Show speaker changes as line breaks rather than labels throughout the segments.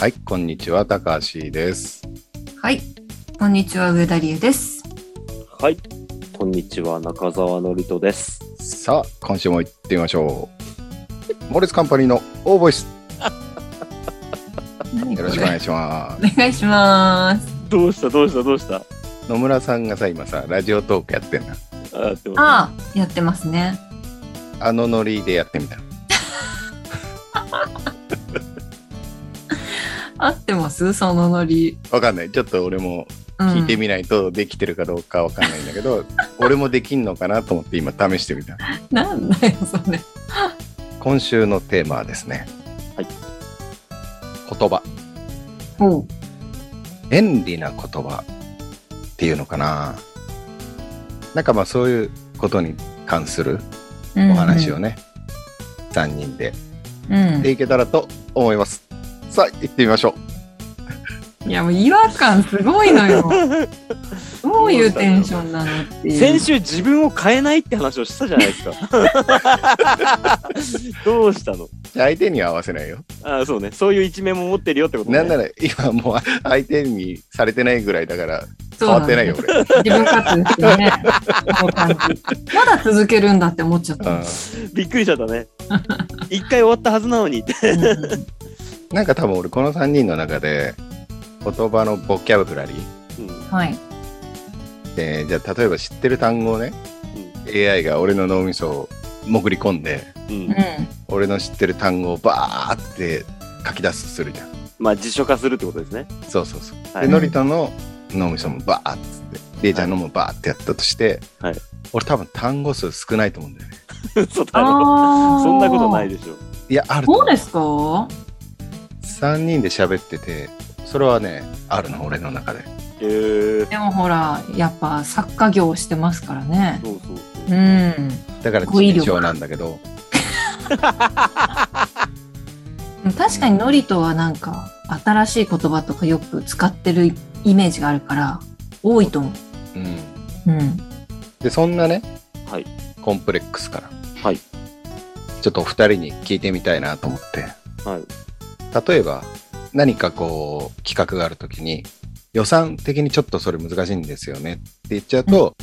はい、こんにちは、高橋です。
はい。こんにちは、上田理恵です。
はい。こんにちは、中澤のりとです。
さあ、今週も行ってみましょう。モレツカンパニーのオーボイス、
何こ
よ
れ
ろしくお願いしま
お願いします。
どうしたどうしたどうした
す。野村さんがさ、今さ、ラジオトークやってんな。
あでも
ああ、やってますね。
あのノリでやってみた。
合ってますそのノリ。
わかんない。ちょっと俺も
うん
聞いてみないとできてるかどうかわかんないんだけ ど、俺もできんのかなと思って今試してみた。
なんだよ、それ。
今週のテーマはですね。
はい
言葉。
おう。
便利な言葉っていうのかな。なんかまあそういうことに関するお話を
ね。
ね、3人で
うん
で。いけたらと思います。さあ、行ってみましょ
いや、もう違和感すごい のよ。どういうテンションなのっていう。
先週自分を変えないって話をしたじゃないですか。 どうしたの
う。相手には合わせないよ。
あそうね。そういう一面も持ってるよってことね。
なんなら今もう相手にされてないぐらいだから変わってないよ、
そう
俺。
だね。自分勝手ですよね。この感じ。まだ続けるんだって思っちゃ っ た。
うん
びっくりしちゃっ たね。一回終わったはずなのにって。
うん
なんか多分俺この3人の中で言葉のボキャブラリー
うん
はい。
でじゃあ例えば知ってる単語をね AI が俺の脳みそを潜り込んで
うん
う
うんん。
俺の知ってる単語をバーって書き出すするじゃん
まあ、辞書化するってことで すね。
そうそうそう
は
で
い。
ノリトの脳みそもバーっつってレイちゃんのもバーってやったとして、
はい
俺多分単語数少ないと思うんだよね
そうだろ
あー
そんなことないでしょ。
いやあると
そ
思
うですか
3人で喋っててそれはねあるの俺の中で
えー。
でもほら、やっぱ作家業をしてますからね。
そうそう
う
そう。
ん。
だから
語彙力
知性なんだけど
確かにノリとはなんか、新しい言葉とかよく使ってるイメージがあるから、多いと思
うん
う。うん。
でそんなね、
はい
コンプレックスから、
はい
ちょっとお二人に聞いてみたいなと思って
はい。
例えば何かこう企画がある時に予算的にちょっとそれ難しいんですよねって言っちゃうと、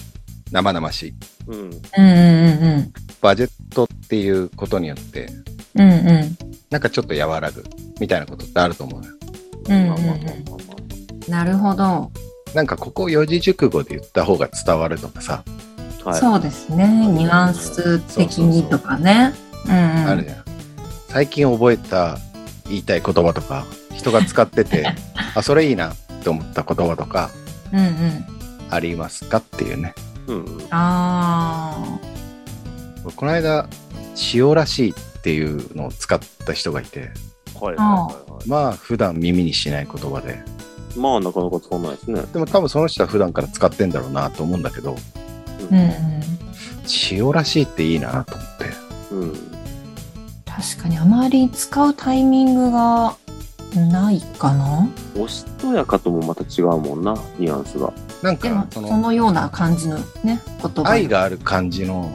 生々しい
うん。
うんうん
バジェットっていうことによって
うん。うんうん。
なんかちょっと和らぐみたいなことってあると思うのよ
うん
まあまあまあまあま
なるほど。
なんかここ四字熟語で言った方が伝わるとかさ、
あはい。
そうですね。ニュアンス的にとかね。うんうん。
あるじゃん最近覚えた言いたい言葉とか人が使って てあそれいいなって思った言葉とか
うんうん。
ありますかっていうね
うんうん。
あ
この間塩らしいっていうのを使った人がいて
はいはいはいはい。
まあ普段耳にしない言葉で
まあなかなか使わないですね。
でも多分その人は普段から使ってんだろうなと思うんだけど
ー。うんうん。
塩らしいっていいなと思って
うん。
確かにあまり使うタイミングがないかな。
おしとやかともまた違うもんな、ニュアンスが。
なん
でも
か、そ
そ
の
のような感じのね、言葉。
愛がある感じの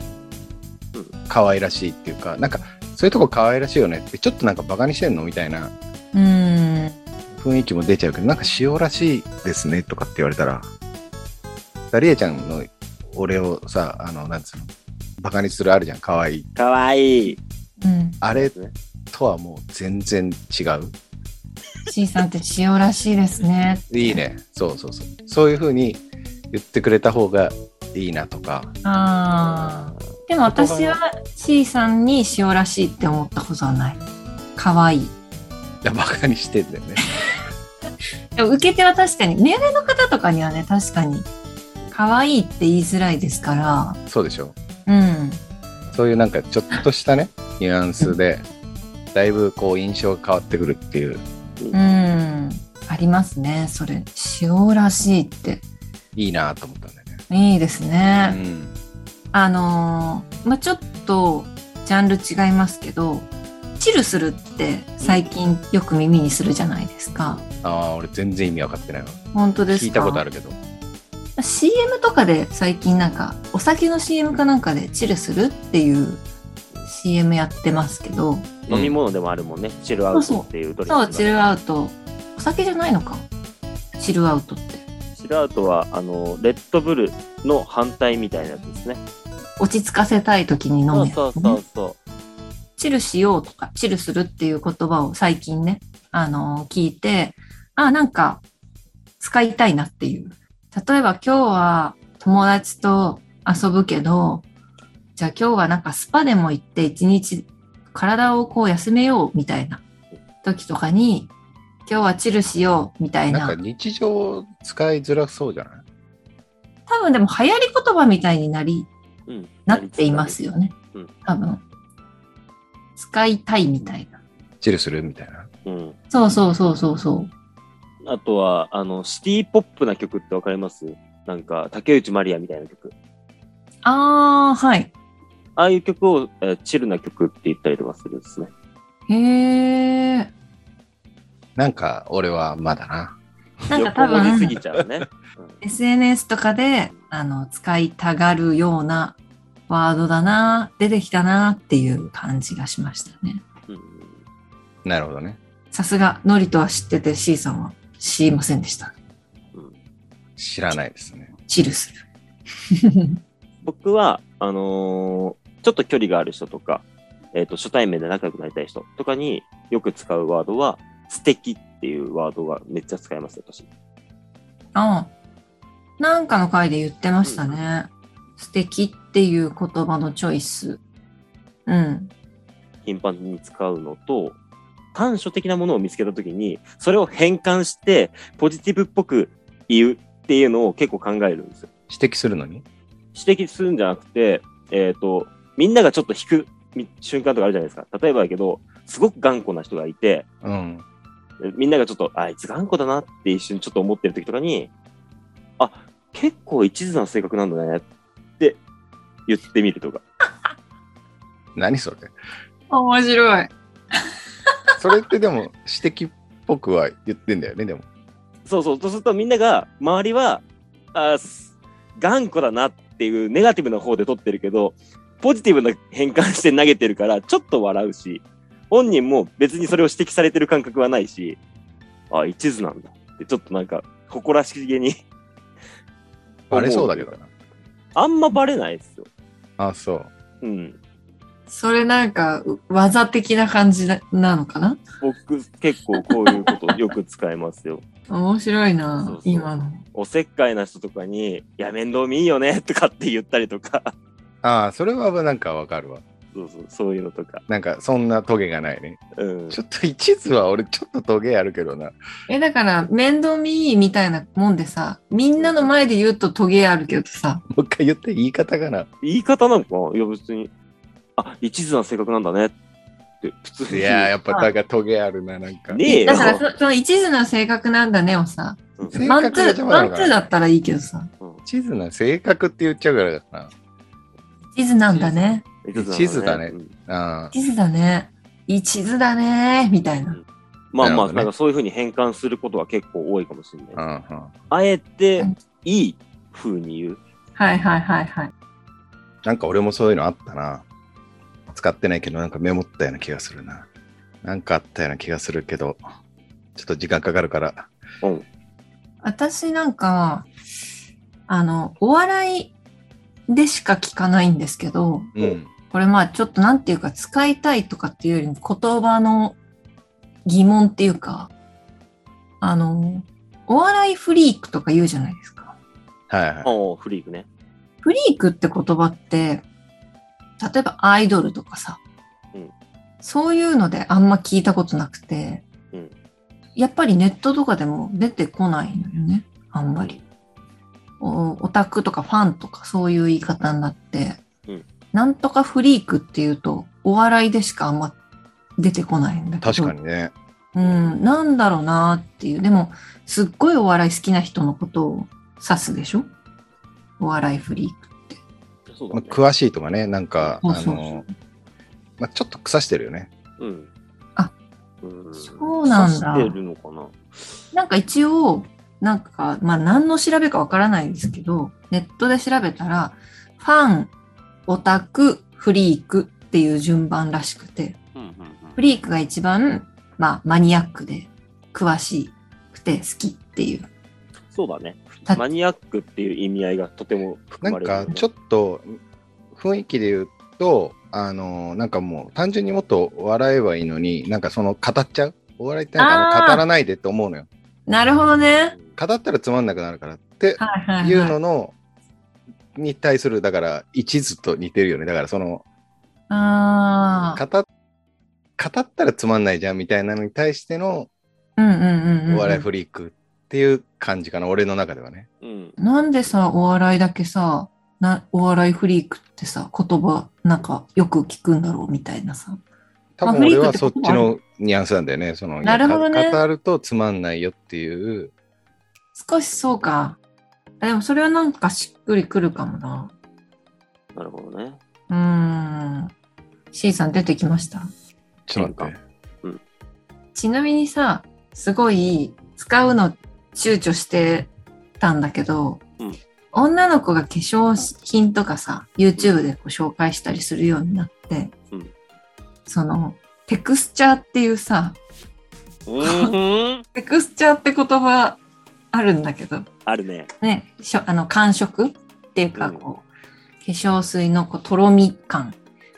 うん
可愛らしいっていうかなんかそういうとこ可愛らしいよねってちょっとなんかバカにしてんのみたいな
うん。
雰囲気も出ちゃうけどなんか塩らしいですねとかって言われたらダリエちゃんの俺をさあのなんつうのバカにするあるじゃん可愛い
かわいい。
うん。
あれとはもう全然違う
C さんって塩らしいですね。
いいねそうそうそうそういうふうに言ってくれた方がいいなとか
ああ。でも私は C さんに塩らしいって思ったことはない。可愛い
いやバカにしてんだよね
でも受け手は確かに、年齢の方とかにはね、確かに、可愛いって言いづらいですか
そうでしょ
ら、うん。
そういうなんかちょっとしたねニュアンスでだいぶこう印象が変わってくるっていう
うん。ありますね、それ。塩らしいって。
いいなと思ったんだよね
いいですね。
うん
あのーまあ、ちょっとジャンル違いますけど、チルするって最近よく耳にするじゃないですか。
ああー俺全然意味分かってないわ
本当ですか
聞いたことあるけど
CM とかで最近なんか、お酒の CM かなんかでチルするっていう CM やってますけど、
飲み物でもあるもんね。チルアウトっていうドリンク
そ
が
う、チルアウトお酒じゃないのか。チルアウトって。
シラートは、あの、レッドブルの反対みたいなやつですね。
落ち着かせたい時に飲む
そ
や
う
つね
そうそうそ
チルしようとか、チルするっていう言葉を最近ね、あのー聞いて、あ、なんか、使いたいなっていう。例えば今日は友達と遊ぶけど、じゃあ今日はなんかスパでも行って一日体をこう休めようみたいな時とかに、今日はチルしようみたい
なん
な。
か日常使いづらそうじゃない
多分でも流行り言葉みたいになり、
う。うん。
なっていますよね
うん。
多分。使いたいみたいな。
チルするみたいな。
うん。
そうそうそうそうそう。
あとは、あの、シティポップな曲ってわかりますなんか、竹内まりやみたいな曲。
ああ、はい。
ああいう曲を、えーチルな曲って言ったりとかするんですね。
へえ。
なんか俺はまだな。
なんか多
横文字す
分
ぎ、ちゃう ね。
SNS とかで、あの、使いたがるようなワードだな、出てきたなっていう感じがしましたね。
うんうん
なるほどね。
さすが、ノリとは知ってて C さんは知りませんでした。
うん
知らないですね。
チル する。
僕は、あのーちょっと距離がある人とか、えっ、と、初対面で仲良くなりたい人とかによく使うワードは、素敵っていうワードがめっちゃ使います、私。
ああ。なんかの回で言ってましたね。素敵っていう言葉のチョイス。うん。
頻繁に使うのと、短所的なものを見つけたときに、それを変換して、ポジティブっぽく言うっていうのを結構考えるんですよ。
指摘するのに
指摘するんじゃなくて、えっ、と、みんながちょっと引くみ瞬間とかあるじゃないですか。例えばだけど、すごく頑固な人がいて、
うん。
えみんながちょっと、あいつ頑固だなって一瞬ちょっと思ってる時とかに、あ、結構一途な性格なんだねって言ってみるとか。
何それ
面白い。
それってでも 指摘っぽくは言ってんだよね、でも。
そうそう、そうするとみんなが、周りは、あす頑固だなっていうネガティブな方で取ってるけど、ポジティブな変換して投げてるから、ちょっと笑うし、本人も別にそれを指摘されてる感覚はないし、あ、一途なんだって、ちょっとなんか、誇らしげに
バレそうだけど
思
な。
あんまバレないですよ。
あ、そう。
うん。
それなんか、う技的な感じななのかな
僕、結構こういうことよく使いま すよ。
面白いな
そうそう
今の。
おせっかいな人とかに、いや、面倒見いいよねとかって言ったりとか、
ああ、それはなんかわかるわ。
そうそう、そういうのとか。
なんかそんなトゲがないね。
うん。
ちょっと一途は俺ちょっとトゲあるけどな。
え、だから、面倒見いいみたいなもんでさ、みんなの前で言うとトゲあるけどさ、
もう一回言って言い方がな。
言い方なのかないや別に、あ、一途な性格なんだねって、普通
い
に。
やー、やっぱなんかトゲあるな、なんか。
ねえよ
だ。からそ、その一途な性格なんだねをさ、
うん
性格
マンツ
が
ー、
邪魔な
マ
の
ン
かな
ツーだったらいいけどさ、
地図な性格って言っちゃうからだな。
一途なんだね、
一途だね
うん
ああ、
一途だね、一途だね、みたいな。
ま
な
あま
るほ
あ、
どね
なんかそういうふうに変換することは結構多いかもしれ
う
ない。
んうん。
あえて
うん、
いい風に言う。
はいはいはいはい。
なんか俺もそういうのあったな。使ってないけど、なんかメモったような気がするな。なんかあったような気がするけど、ちょっと時間かかるから。
うん。
私なんか、あの、お笑いでしか聞かないんですけど、
うん。
これまあちょっとなんていうか使いたいとかっていうよりも言葉の疑問っていうか、あの、お笑いフリークとか言うじゃないですか。
はいはい。
おフリークね。
フリークって言葉って、例えばアイドルとかさ、
うん
そういうのであんま聞いたことなくて、
うん
やっぱりネットとかでも出てこないのよね、あんまり。おオタクとかファンとかそういう言い方になって、
うん
なんとかフリークっていうと、お笑いでしかあんま出てこないんだけど。
確かにね。
うん、なんだろうなっていう。でも、すっごいお笑い好きな人のことを指すでしょお笑いフリーク。
そうだ
まあ
ね。
詳しいとかね、なんか、
そう
あ
そう
の、まあ、ちょっと腐してるよね。
うん。
あ
うん、
そうなんだ
刺してるのかな
なんか一応、なんか、まあ何の調べかわからないんですけど、ネットで調べたら、ファン、オタク、フリークっていう順番らしくて、
うんうん
フリークが一番、まあマニアックで詳しいて好きっていう。
そうだね
だ。
マニアックっていう意味合いがとても含
なん
まれるよね、
かちょっと雰囲気で言うとあのなんかもう単純にもっと笑えばいいのになんかその語っちゃうお笑いってなんかあの
あ
語
ー
らないでって思うのよ
なるほどね。
語ったらつまんなくなるからって
はいはい、はい。
いうののに対するだから一途と似てるよねだからその
ああ。
語っ語ったらつまんないじゃんみたいなのに対しての
うんうんうん、うん。
お笑いフリークっていう感じかな、俺の中ではね
うん。
なんでさ、お笑いだけさ、なお笑いフリークってさ、言葉、なんかよく聞くんだろうみたいなさ。
多
まあフ
分
リ
俺
ークっ
は
て
そっちのニュアンスなんだよねその
なるほどね
いや語るとつまんないよっていう
少しそうか。あでもそれはなんかしっくりくるかもな。
なるほどね。
うーん。C さん出てきました。
ちょっと待って。
ちなみにさ、すごい使うの躊躇してたんだけど、
うん
女の子が化粧品とかさ、YouTube でこう紹介したりするようになって、
うん
その、テクスチャーっていうさ、
うん。
テクスチャーって言葉あるんだけど、
あるね。
ね、しょあの感触っていうか
うん
こう、化粧水のこうとろみ感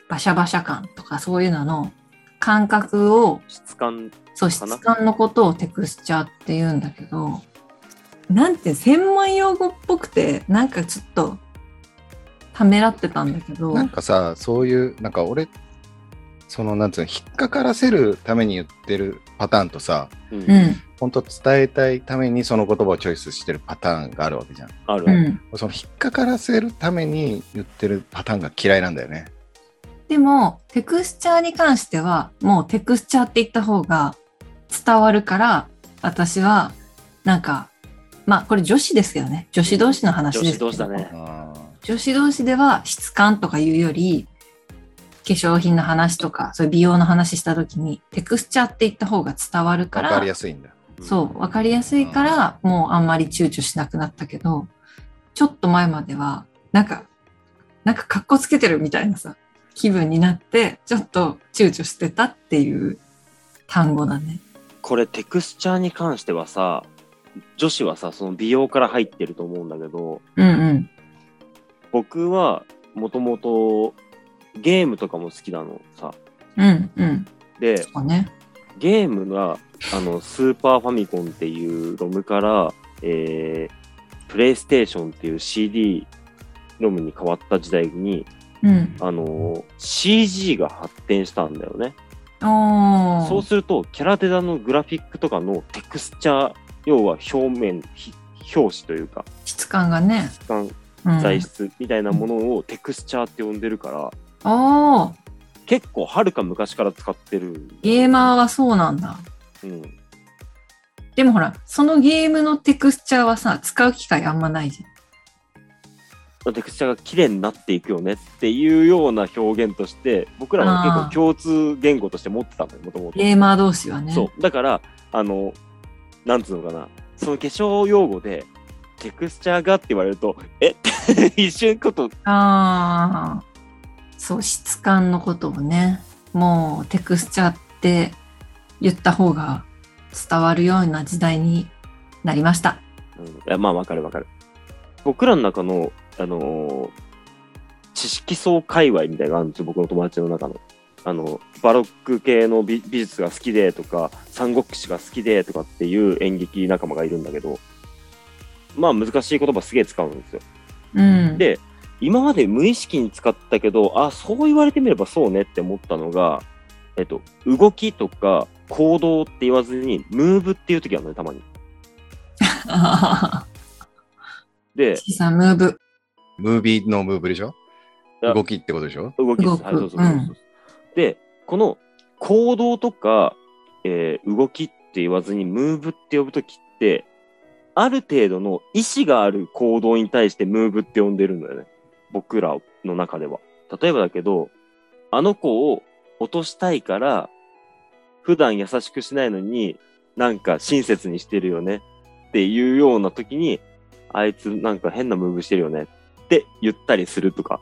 バシャバシャ感とかそういうのの感覚を
質感。
そう
かな
質感のことをテクスチャーって言うんだけどなんて専門用語っぽくてなんかちょっとためらってたんだけど
なんかさ、そういう、なんか俺、その、なんつうの、引っかからせるために言ってるパターンとさ、
う。
うんん
本当伝えたいためにその言葉をチョイスしてるパターンがあるわけじゃん。
ある
う
ある。
ん
その引っかからせるために言ってるパターンが嫌いなんだよね。
でもテクスチャーに関してはもうテクスチャーって言った方が伝わるから私はなんかまあこれ女子ですよね女子同士の話
女
ですけど
子同士だね。
あ
女子同士では質感とかいうより化粧品の話とかそういう美容の話した時にテクスチャーって言った方が伝わる
ー
か
わからりやすいんだ。
そう、わかりやすいから、もうあんまり躊躇しなくなったけど、ちょっと前までは、なんか、なんか格好つけてるみたいなさ、気分になって、ちょっと躊躇してたっていう単語だね。
これテクスチャーに関してはさ、女子はさ、その美容から入ってると思うんだけど、
うんうん。
僕はもともとゲームとかも好きなのさ。
うんうん。
で
そ、うね。
ゲームが、あの、スーパーファミコンっていうロムから、えー、プレイステーションっていう CD ロムに変わった時代に、
うん。
あの、CG が発展したんだよね。
おー。
そうすると、キャラデザのグラフィックとかのテクスチャー、要は表面、ひ表紙というか、
質感がね。
質感、
うん、
材質みたいなものをテクスチャーって呼んでるから、
おー。
結構はるか昔から使ってる。
ゲーマーはそうなんだ。
うん。
でもほら、そのゲームのテクスチャーはさ、使う機会あんまないじゃん。
テクスチャーが綺麗になっていくよねっていうような表現として、僕らは結
あー
構共通言語として持ってたんだよ、もともと。
ゲーマー同士はね。
そう。だから、あの、なんつうのかな、その化粧用語で、テクスチャーがって言われると、え って一瞬こと、
ああ、そう、質感のことをね、もうテクスチャーって言った方が伝わるような時代になりました。
うんいやまあわかるわかる。僕らの中の、あのー知識層界隈みたいなのがあるんですよ、僕の友達の中の。あの、バロック系の美美術が好きでとか、三国志が好きでとかっていう演劇仲間がいるんだけど、まあ難しい言葉すげえ使うんですよ。
うん。
で今まで無意識に使ったけど、あ、そう言われてみればそうねって思ったのが、えっと、動きとか行動って言わずに、ムーブっていう時あるのね、たまに。で、
小さなムーブ。
ムービーのムーブでしょ
いや
動きってことでしょ
動きです。
動く
はい、そうそうそう
う
そうんで、この行動とか、えー動きって言わずに、ムーブって呼ぶ時って、ある程度の意思がある行動に対してムーブって呼んでるんだよね。僕らの中では。例えばだけど、あの子を落としたいから、普段優しくしないのに、なんか親切にしてるよねっていうような時に、あいつなんか変なムーブしてるよねって言ったりするとか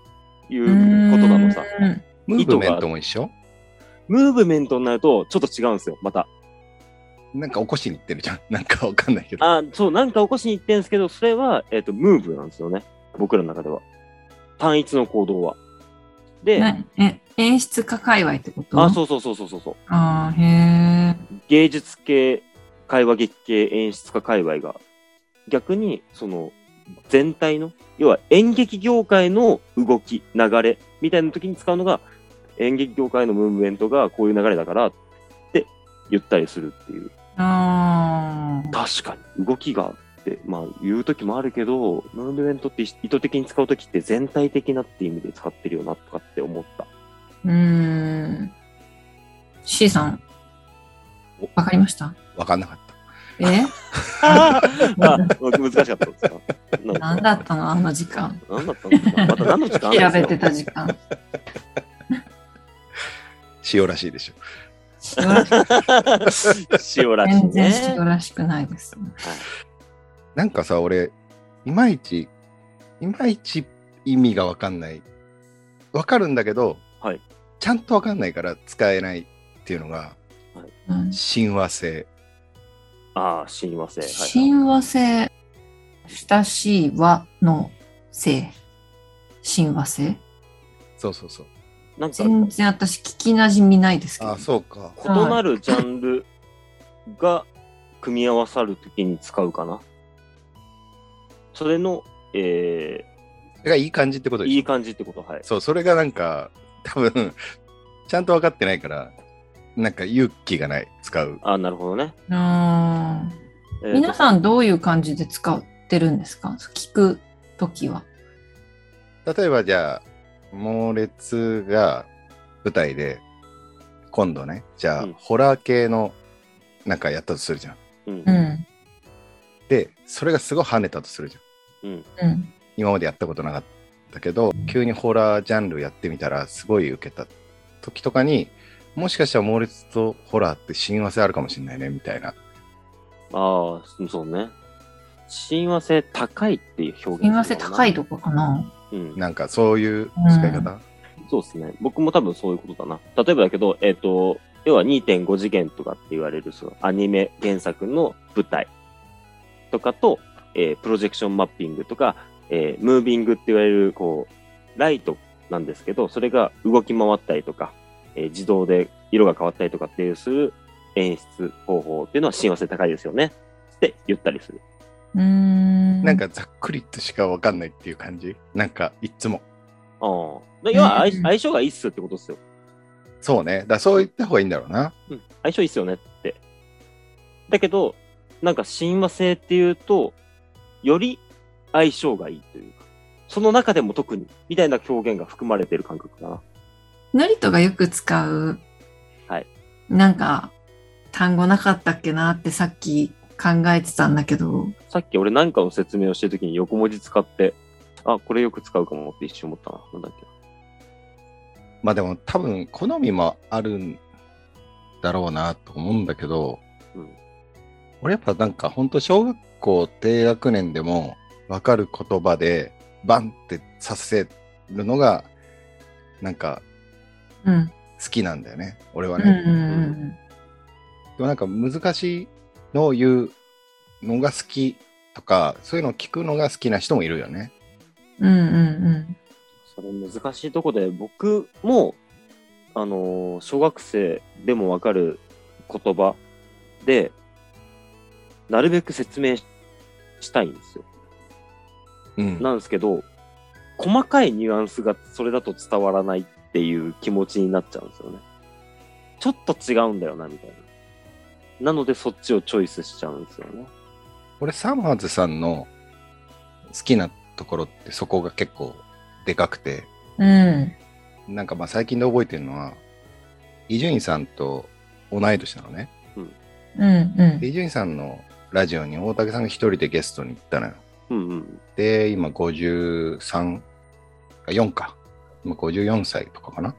いうことなのさ。
うん
ムーブメントも一緒
ムーブメントになるとちょっと違うんですよ、また。
なんか起こしに行ってるじゃん。なんかわかんないけど。
あそう、なんか起こしに行ってんですけど、それは、えっ、と、ムーブなんですよね。僕らの中では。単一の行動は。で、
なえ、演出家界隈ってこと
あ、
う。
そうそうそうそうそうそう。
あーへえ。
芸術系、会話劇系、演出家界隈が、逆に、その、全体の、要は演劇業界の動き、流れ、みたいな時に使うのが、演劇業界のムーブメントがこういう流れだからって言ったりするっていう。
あー
確かに動きがあって、まあ言う時もあるけど、ムーブメントって意図的に使う時って全体的なって意味で使ってるよなとかって思 った。
うーん。C さん、わかりました
わかんなかった。
え
あ難しかったですかな
何だったのあの時間。
何だったんですかまた何の時間
調べてた時 間。
塩らしいでしょ。
塩らしく
塩らしい
全然
ね
塩。らしくないです。
なんかさ、俺、いまいち、いまいち意味がわかんない。わかるんだけど、
はい
ちゃんとわかんないから使えないっていうのが、
うん
親和性。
ああ、すいません。はい
親和性、親しい和の性。親和性
そうそうそう。
なんか、
全然私聞き馴染みないですけど。
あ、そうか。
異なるジャンルが組み合わさるときに使うかな。それの、え
それがいい感じってこと
ー、
でしょ
いい感じってこと、はい。
そう、それがなんか、多分、ちゃんと分かってないから、なんか勇気がない、使う。
ああ、なるほどね。
うん
えーと
皆さんどういう感じで使ってるんですか聞くときは。
例えばじゃあ、猛烈が舞台で、今度ね、じゃあ、
うん
ホラー系のなんかやったとするじゃん。
うん
う。ん。
で、それがすごい跳ねたとするじゃん。
うん。
うん。
今までやったことなかったけど、急にホラージャンルやってみたら、すごい受けた時とかに、もしかしたら猛烈とホラーって親和性あるかもしれないね、みたいな。
ああ、そうね。親和性高いっていう表現。
親和性高い。とこかな。
うん。
なんかそういう使い方、
う
そうですね。僕も多分そういうことだな。例えばだけど、えっ、と、要は2.5次元とかって言われる、そのアニメ原作の舞台とかと、えープロジェクションマッピングとか、えームービングって言われる、こう、ライトなんですけど、それが動き回ったりとか、えー自動で色が変わったりとかっていうする演出方法っていうのは親和性高いですよね。って言ったりする。
うーん。
なんかざっくりとしかわかんないっていう感じなんかいっつも。
ああ。で要は相
うん
相性がいいっすってことですよ。
そうね。だからそう言った方がいいんだろうな。
うん、相性いいっすよねって。だけど、なんか親和性っていうと、より相性がいいというか、その中でも特に、みたいな表現が含まれてる感覚かな。
成人がよく使う、
はい
なんか、単語なかったっけなってさっき考えてたんだけど、
さっき俺なんかの説明をしてるときに横文字使って、あ、これよく使うかもって一瞬思ったな。なんだっけ。
まあでも多分好みもあるんだろうなと思うんだけど、
うん
俺やっぱなんかほんと小学校低学年でもわかる言葉でバンってさせるのがなんか
うん。
好きなんだよね。俺は
うん
ね。
うんうん
でもなんか難しいのを言うのが好きとか、そういうのを聞くのが好きな人もいるよね。
うん。うんうんうん。
それ難しいとこで、僕も、あのー小学生でもわかる言葉で、なるべく説明ししたいんですよ。
うん。
なんですけど、細かいニュアンスがそれだと伝わらないっていう気持ちになっちゃうんですよね。ちょっと違うんだよな、みたいな。なのでそっちをチョイスしちゃうんですよね。
俺、サマーズさんの好きなところってそこが結構でかくて、
うん。
なんかまあ最近で覚えてるのは、伊集院さんと同い年なのね。
うんうん
で伊集院さんのラジオに大竹さんが一人でゲストに行ったのよ。
うんうん。
で、今53、あ4か。今54歳とかかな。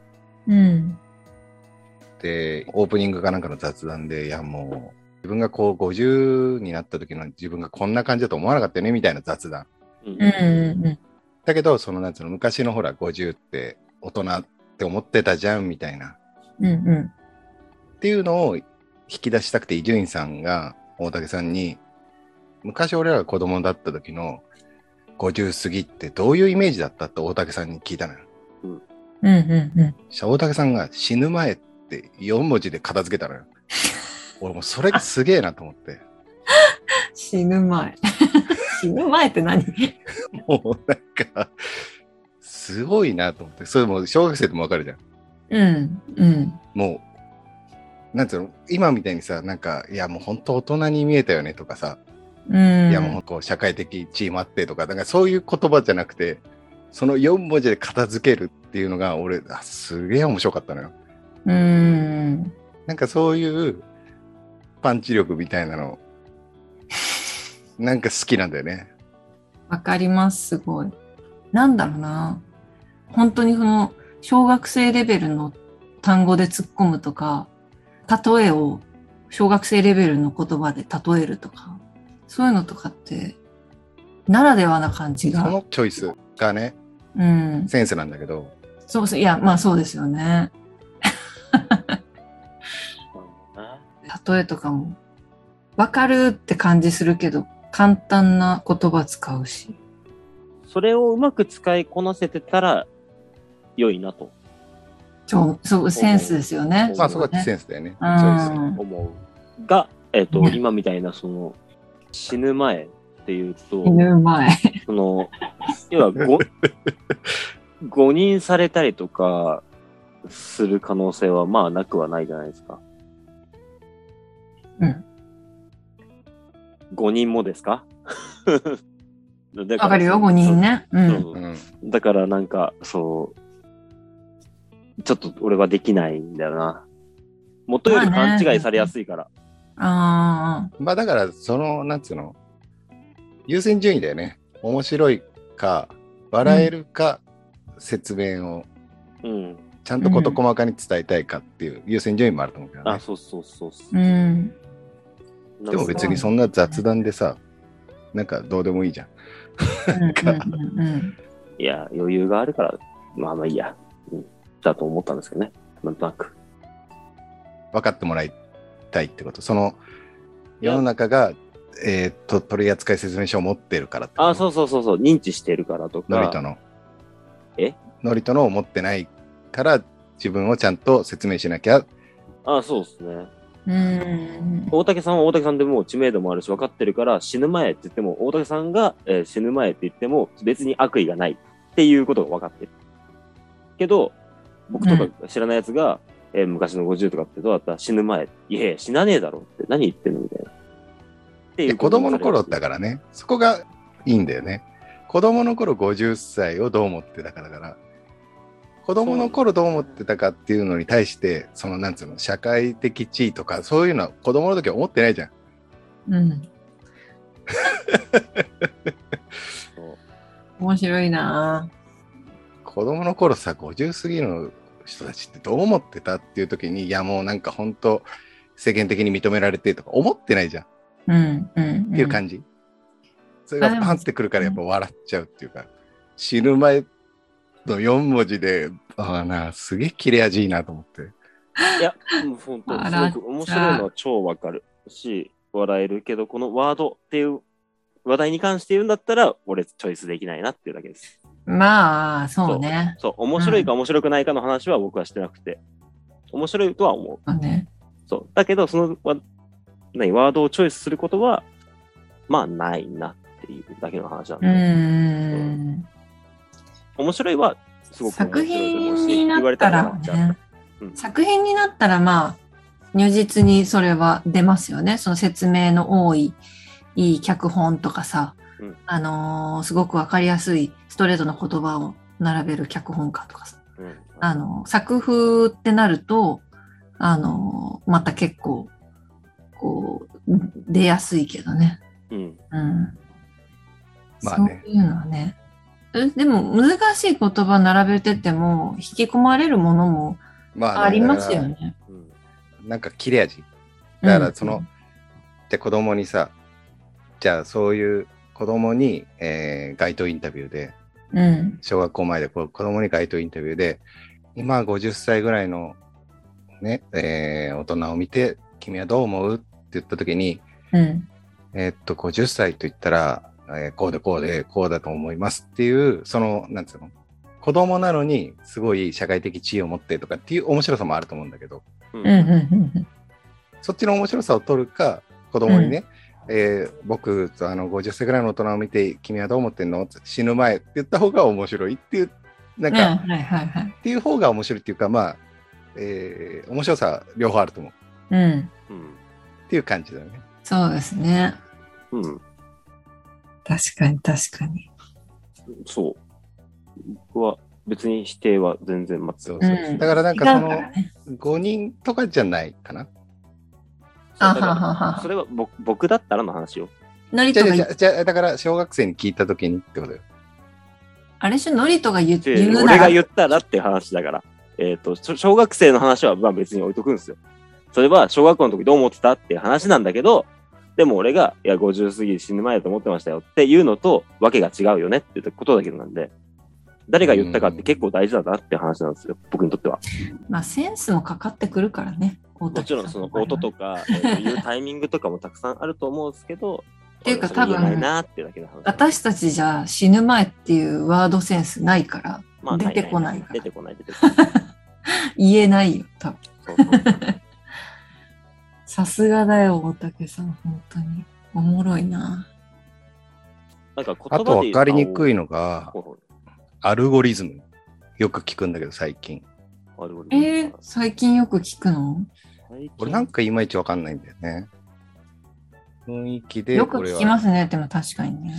うん。
でオープニングかなんかの雑談でいやもう自分がこう50になった時の自分がこんな感じだと思わなかったよねみたいな雑談
うん
うんうんうん。
だけどそのなんつうの昔のほら50って大人って思ってたじゃんみたいな
うんうん。
っていうのを引き出したくて伊集院さんが大竹さんに昔俺らが子供だった時の50過ぎってどういうイメージだったって大竹さんに聞いたのよ。
うんうんうん。
そしたら大竹さんが死ぬ前って4文字で片付けたのよ。俺もうそれがすげえなと思って。
死ぬ前。死ぬ前って何
もうなんか、すごいなと思って。それも小学生でもわかるじゃん。
うんうん。
もう、なんていうの、今みたいにさ、なんか、いやもう本当大人に見えたよねとかさ、
うん。
いやもうこう社会的地位もあってとか、なんかそういう言葉じゃなくて、その4文字で片付けるっていうのが俺、あすげえ面白かったのよ。
うん。
なんかそういうパンチ力みたいなの、なんか好きなんだよね。
わかります、すごい。なんだろうな。本当にその、小学生レベルの単語で突っ込むとか、例えを小学生レベルの言葉で例えるとか、そういうのとかって、ならではな感じ
そ
が。
のチョイスがね、
うん。
センスなんだけど、
そうそう、いや、まあそうですよね。例えとかも、わかるって感じするけど、簡単な言葉使うし。
それをうまく使いこなせてたら良いなと
そう、そう、センスですよね。
まあそこは
ね
センスだよね。
うん
チョイス。
思うが、えっと
ね
今みたいなその死ぬ前っていうと
死ぬ前。
その要 はご誤認されたりとかする可能性はまあなくはないじゃないですか。
うん。
誤認もですか だら
わかるよ、5人ね。う。
そうん
うん
だからなんか、そう、ちょっと俺はできないんだよな。元より
まあ
勘
ね
違いされやすいから。
ああ、
まあだから、その、なんつうの、優先順位だよね。面白いか、笑えるか、説明を
うん。
ちゃんと事細かに伝えたいかっていう優先順位もあると思うけど
あ、
ね。
そうそうそうそうう。
ん。
でも別にそんな雑談でさ、なんかどうでもいいじゃん。
うん
か
うんうん
いや、余裕があるから、まあまあいいや。うんだと思ったんですけどね。なんとなく。
分かってもらいたいってこと。その、世の中が、えーっと、取扱説明書を持ってるからってこと
あ、そうそうそうそう。認知してるからとか。
ノリトの。
え
ノリトのを持ってないから、自分をちゃんと説明しなきゃ。
あ、そうですね。
うん。
大竹さんは大竹さんでもう知名度もあるし分かってるから死ぬ前って言っても大竹さんが、えー死ぬ前って言っても別に悪意がないっていうことが分かってるけど僕とか知らないやつが、えー昔の50とかってどうだった死ぬ前いやいや死なねえだろって何言ってんのみたいなって
い
い
や
う
子供の頃
だ
だからね、そこがいいんだよね。子供の頃50歳をどう思ってたかだから、子供の頃どう思ってたかっていうのに対して、そのなんつうの、社会的地位とか、そういうのは子供の時は思ってないじゃん。
うん。面白いな
子供の頃さ、50過ぎの人たちってどう思ってたっていう時に、いやもうなんか本当、世間的に認められてとか思ってないじゃんっ
ぁ。うんうん。
ていう感じ。それがパンってくるからやっぱ笑っちゃうっていうか、死ぬ前の4文字で、ああなあ、すげえ切れ味いいなと思って。
いやもう本当
笑っ
すごく面白いのは超分かるし笑えるけどこのワードっていう話題に関して言うんだったら俺チョイスできないなっていうだけです
まあ、そうね。
そう、面白いか面白くないかの話は僕はしてなくて、面白いとは思う。
そうね。
そう。だけど、そのわ何ワードをチョイスすることは、まあ、ないなっていうだけの話なん
う
で、
ん。
面白いは、すごく面白
作
いと思うし
品にな
言わ
っ
れた
た
ら
ら
笑っちゃう
ね。作品になったらまあ如実にそれは出ますよねその説明の多いいい脚本とかさ、
うん
あのーすごくわかりやすいストレートの言葉を並べる脚本家とかさ、
うん
あのー作風ってなると、あのーまた結構こう出やすいけどね。
うん。
うん
まあね
そういうのはね。えでも難しい言葉並べてても引き込まれるものも
ま
あります
だ
よ
か
ね。
うん。
らなんか切れ味。だからその、
うん
で子供にさ、じゃあそういう子供に、えー街頭インタビューで、
うん。
小学校前でこう子供に街頭インタビューで、今50歳ぐらいのね、えー大人を見て君はどう思うって言った時に、
うん。
えっと、50歳と言ったら、えーこうでこうで、こうだと思いますっていう、その、なんつうの、子供なのに、すごい社会的地位を持ってとかっていう面白さもあると思うんだけど、
う
う
ん
んうんうん
そっちの面白さを取るか、子供にね、えー僕とあの50歳ぐらいの大人を見て、君はどう思ってんの死ぬ前って言った方が面白いっていう、な
うんん。は
か、
いはいはい。
っていう方が面白いっていうか、まあ、えー面白さ両方あると思う
うん。
うん
っていう感じだよね。
そうですね。
うん、
確かに確かに。
そう。僕は別に否定は全然待つ
そ
よ
う。そう
うん
だからなんか
違
そう
から
の
ね。
5人とかじゃないかな。
あ
だ
はは
か
は
らそ
は。
れは僕僕だったらの話よ。
ノリ
じ
と
ゃあ
が
じゃ
言
あ、じゃあだから小学生に聞いたときにってことよ。
あれしょノリとが言う
で
言うな
俺
ら
が言ったらって話だから。えっ、と、しょ小学生の話はまあ別に置いとくんですよ。それは小学校の時どう思ってたっていう話なんだけど、でも俺が、いや、50過ぎ死ぬ前だと思ってましたよっていうのと、わけが違うよねってことだけなんで、誰が言ったかって結構大事だなって話なんですよ、僕にとっては。
まあセンスもかかってくるからね。も
もちろんその音とか、えー言うタイミングとかもたくさんあると思うんです けど、
ていうか
俺はそれ言
多
え
分
ないなってだけの話
私たちじゃ死ぬ前っていうワードセンスないから、
まあ
出てこないから
出てこない、出てこない。
言えないよ、多分。
そうそう
さすがだよ、大竹さん、本当に。おもろいな。
なんか言
あ
葉
と分かりにく
い。
いのが
ほ、うほう
アルゴリズム。よく聞くんだけど、最近。
アルゴリ
え
ズム
ー、最近よく聞くの
最近
俺なんかいまいち分かんないんだよね。雰囲気で、
よく
俺
聞
は
きますね、でも確かにね。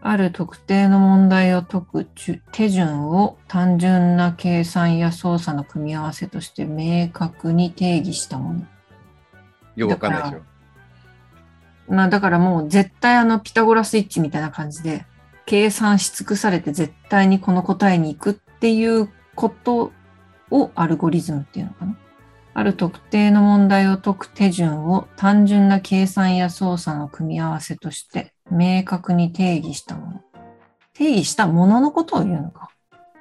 ある特定の問題を解く手順を単純な計算や操作の組み合わせとして明確に定義したもの。
よく分かんないでしょ。
まあだからもう絶対あのピタゴラスイッチみたいな感じで計算し尽くされて絶対にこの答えに行くっていうことをアルゴリズムっていうのかな。ある特定の問題を解く手順を単純な計算や操作の組み合わせとして明確に定義したもの。定義したもののことを言うのか。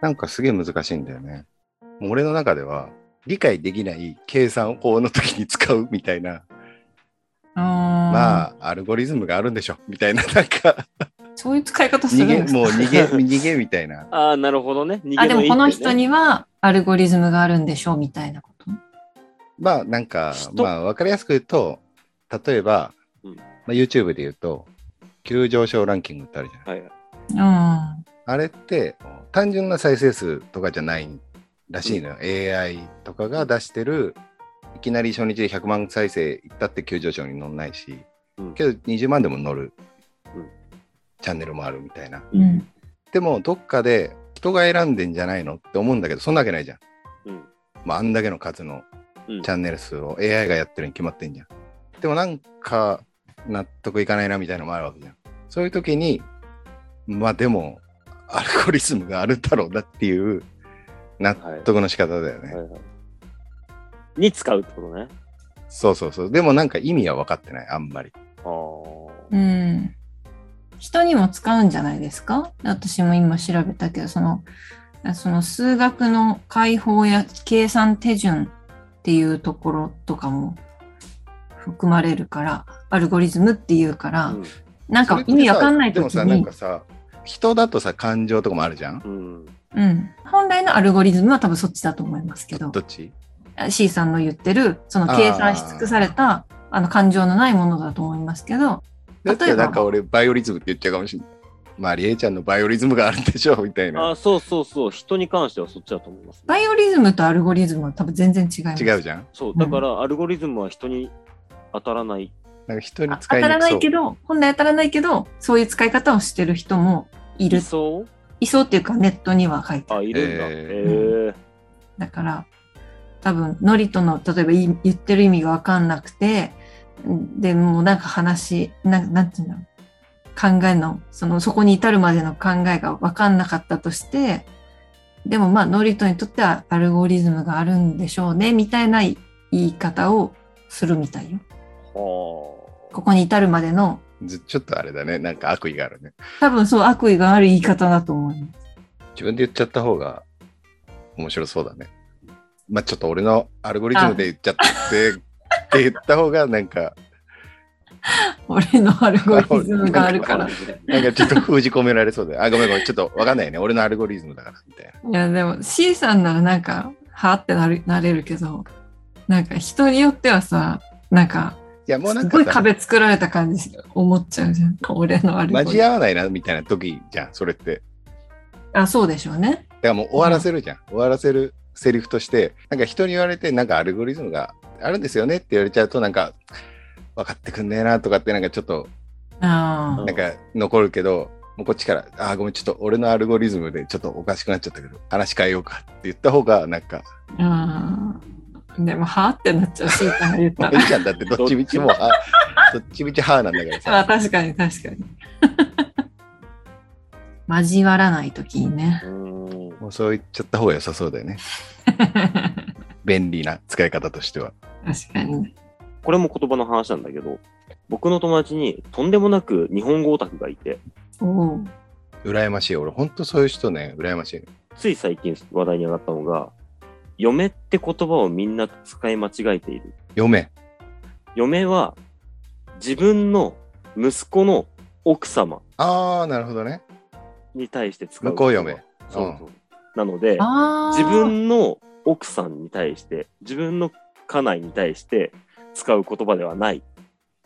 なんかすげえ難しいんだよね。もう俺の中では、理解できない計算法の時に使うみたいな、
まあ
まあ、アルゴリズムがあるんでしょ、みたいな、なんか、
ー、そういう使い方す
逃
るん
げ、
ですか
もう逃げ、逃げみたいな。
ああ、なるほどね。逃げの
あ、でもこの
一手ね
人にはアルゴリズムがあるんでしょうみたいなこと。
まあなんか、
人
まあ分かりやすく言うと、例えば、
うん
まあ、YouTube で言うと、急上昇ランキングってあるじゃない。
はいはい。
うん。
あれって、単純な再生数とかじゃないらしいのよ。AI とかが出してる、いきなり初日で100万再生いったって急上昇に乗んないし、
うん
けど20万でも乗る、
うん
チャンネルもあるみたいな。
うん
でも、どっかで人が選んでんじゃないのって思うんだけど、そんなわけないじゃん。
うん。
まあ、あんだけの数の
うん
チャンネル数を AI がやってるに決まってんじゃん。でもなんか納得いかないなみたいなのもあるわけじゃん。そういう時に、まあでも、アルゴリズムがあるだろうなっていう納得の仕方だよね。
はいはい。に使うってことね。
そうそうそう。でもなんか意味は分かってない、あんまり。
あ
うん。人にも使うんじゃないですか私も今調べたけど、その、その数学の解放や計算手順っていうところとかも含まれるから、アルゴリズムっていうから、
あ。
なん
そ
か
れって
意
さ
味わかんない
で
時
もさ、なん
に
か、さ、人だとさ、感情とかもあるじゃん
う。ん。
うん。本来のアルゴリズムは多分そっちだと思いますけど
ど、っち
C さんの言ってる、その計算し尽くされた、あの感情のないものだと思いますけど、
だって
例えば
なんか俺、バイオリズムって言っちゃうかもしれない。まあ、りえちゃんのバイオリズムがあるんでしょ、みたい
あ
な。
あ、そうそうそう。人に関してはそっちだと思います。
バイオリズムとアルゴリズムは多分全然違います。
違うじゃん。
そう。だから、アルゴリズムは人に当たらない。
なんか人に
あ
使い
当
に
た
く
ら
そう
ないけど、本来当たらないけど、そういう使い方をしてる人もいる。
そう
いそうっていうか、ネットには書いてあ
あ、
る。
いるんだ。
え
ええ。
だから、多分、ノリとの、例えばい言ってる意味がわかんなくて、でもうなんか話、なんなんていうんだろう。考えの、その、そこに至るまでの考えがわかんなかったとして、でもまあ、ノリとにとってはアルゴリズムがあるんでしょうね、みたいな言い方をするみたいよ。
は
ここに至るまでの
ずちょっとあれだね。なんか悪意があるね。
多分そう悪意がある言い方だと思います。
自分で言っちゃった方が面白そうだね。まあちょっと俺のアルゴリズムで言っちゃって、って言った方がなんか、
俺のアルゴリズムがあ るから。い
なんかちょっと封じ込められそうで、あ、ごめんごめん、ちょっとわかんないね。俺のアルゴリズムだから、みたいな。
や、でも C さんならなんか、はあってなるなれるけど、なんか人によってはさ、なんか、
いや、もうな
す
ん
ご
か
い
さ、
壁作られた感じ思っちゃうじゃん。俺のアルゴ
間
リズ
に
ム。
合わないな、みたいな時じゃん、それって。
あ、そうでしょうね。
だからもう終わらせるじゃん。終わらせるセリフとして、なんか人に言われて、なんかアルゴリズムがあるんですよねって言われちゃうと、なんか、分かってくんねえなとかって、なんかちょっと、
あ
なんか残るけど、もうこっちから、あー、ごめん、ちょっと俺のアルゴリズムでちょっとおかしくなっちゃったけど、話変えようかって言った方が、なんか、
あ。うん。でも、はあってなっちゃう、C さんが言った
まあ
ら。
いいじゃん、だってどっちみちも、あ、どっちみち母なんだから
あ
さ。
確かに確かに。交わらないときにね。
うん
もうそう言っちゃった方が良さそうだよね。
確
便利な使い方としては。
かに。
これも言葉の話なんだけど、僕の友達にとんでもなく日本語オタクがいて、
おお。
羨ましい。俺、ほんとそういう人ね、羨ましい。
つい最近話題に上がったのが、嫁って言葉をみんな使い間違えている。
嫁。
嫁は自分の息子の奥様
ああ、なるほどね。
に対して使う。
向こう嫁。
そうそう。なので、
ああ。
自分の奥さんに対して、自分の家内に対して使う言葉ではないっ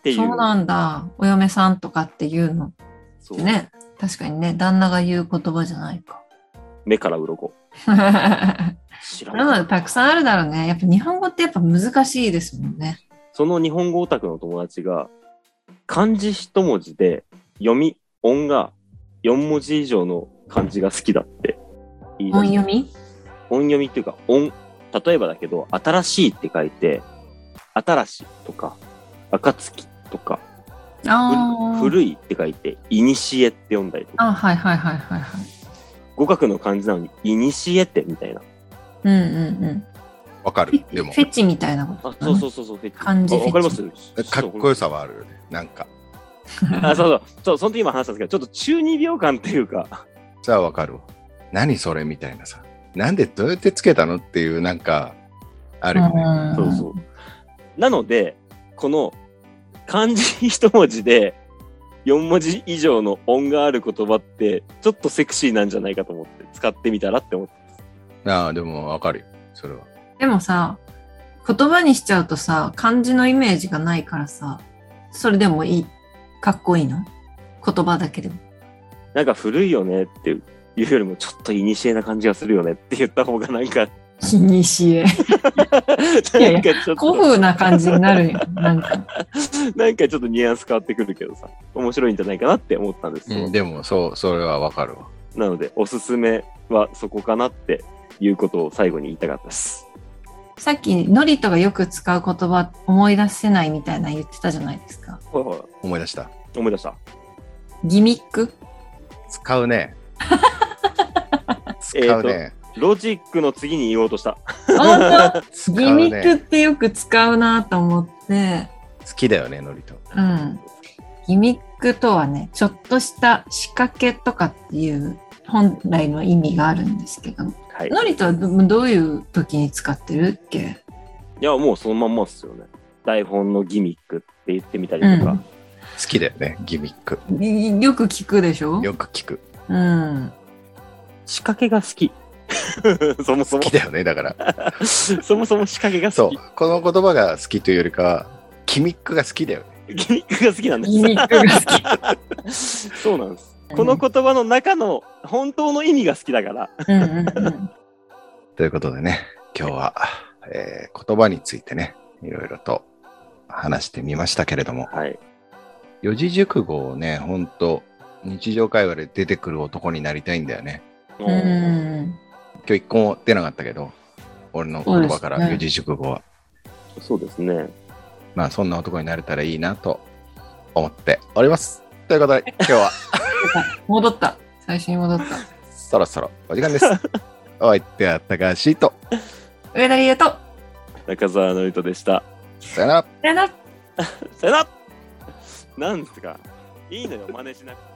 ていう。
そうなんだ。お嫁さんとかっていうのっ
そう
てね。確かにね、旦那が言う言葉じゃない か。
目から鱗。知ら
なの
な
で、
い。
たくさんあるだろうね。やっぱ日本語ってやっぱ難しいですもんね。
その日本語オタクの友達が、漢字一文字で読み、音が4文字以上の漢字が好きだって言い出
音
して
読み
音読みっていうか音、例えばだけど、新しいって書いて、新しとか、暁とか、
ああ。
古いって書いて、いにしえって読んだりとか、
あ、はいはいはいはいはい。
語学の漢字なのに、いにしえってみたいな。
うんうんうん。
わか
フ
る。で
ェ
も
フ、ェチみたいなこと
あ
だね。、
そうそうそうそう、フェチ
漢字
あ
フェチ
わかります
かっこよさはあるよね。なんか、
あ、そうそう。そう、その時今話したんですけど、ちょっと中二病感っていうか、
さあわかるわ。何それみたいなさ。なんでどうやってつけたのっていう、なんか、あるよね。
うん
そうそう。なので、この漢字一文字で4文字以上の音がある言葉って、ちょっとセクシーなんじゃないかと思って、使ってみたらって思って。
ああ、でもわかるよ。それは。
でもさ、言葉にしちゃうとさ、漢字のイメージがないからさ、それでもいい、かっこいいの言葉だけで も。
なんか古いよねっていうよりも、ちょっと古な感じがするよねって言った方がなんか、
日にしえ。やい
な
や
んかちょ
古
っと、
風な感じになるよ。なんか。
なんかちょっとニュアンス変わってくるけどさ、面白いんじゃないかなって思ったんですよ。
うんでも、そう、それはわかるわ。
なので、おすすめはそこかなっていうことを最後に言いたかったです。
さっき、ノリトがよく使う言葉思い出せないみたいな言ってたじゃないですか。
ほらほら
思い出した。
思い出した。
ギミック
使う ね。使うね。
ロジックの次に言おうとした。
本当
うね
ギミックってよく使うなと思って、
好きだよね、ノリと。
うん。ギミックとはね、ちょっとした仕掛けとかっていう本来の意味があるんですけど、
はい。
ノリとはどどういう時に使ってるっけ
いや、もうそのまんまっすよね。台本のギミックって言ってみたりとか。
うん
好きだよね、ギミック。
いよく聞くでしょ
よく 聞く。
うん。
仕掛けが好き。 そも
好
そも
き、だよね、だから。
そもそも仕掛けが
そ
好
う
き。。
この言葉が好きというよりかは、ギミックが好きだよね。
ギミックが好きなんで
ギミックが好き。
す。そうなんです。この言葉の中の本当の意味が好きだから。
うんうんうん。
ということでね、今日は、えー言葉についてね、いろいろと話してみましたけれども、
はい。
四字熟語をね、ほんと、日常会話で出てくる男になりたいんだよね。
うん
今日一個も出なかったけど、俺の言葉か
そうです
ら
ね
四字熟語は、
そうですね。
まあそんな男になれたらいいなと思っております。ということで、今日は
戻った。最初に戻った。
そろそろお時間 です。お相手は高橋と、
上田理恵と、さ
中澤のりとでした。
さよなら。
よなら
さよならなんですかいいのよ、真似しなくて。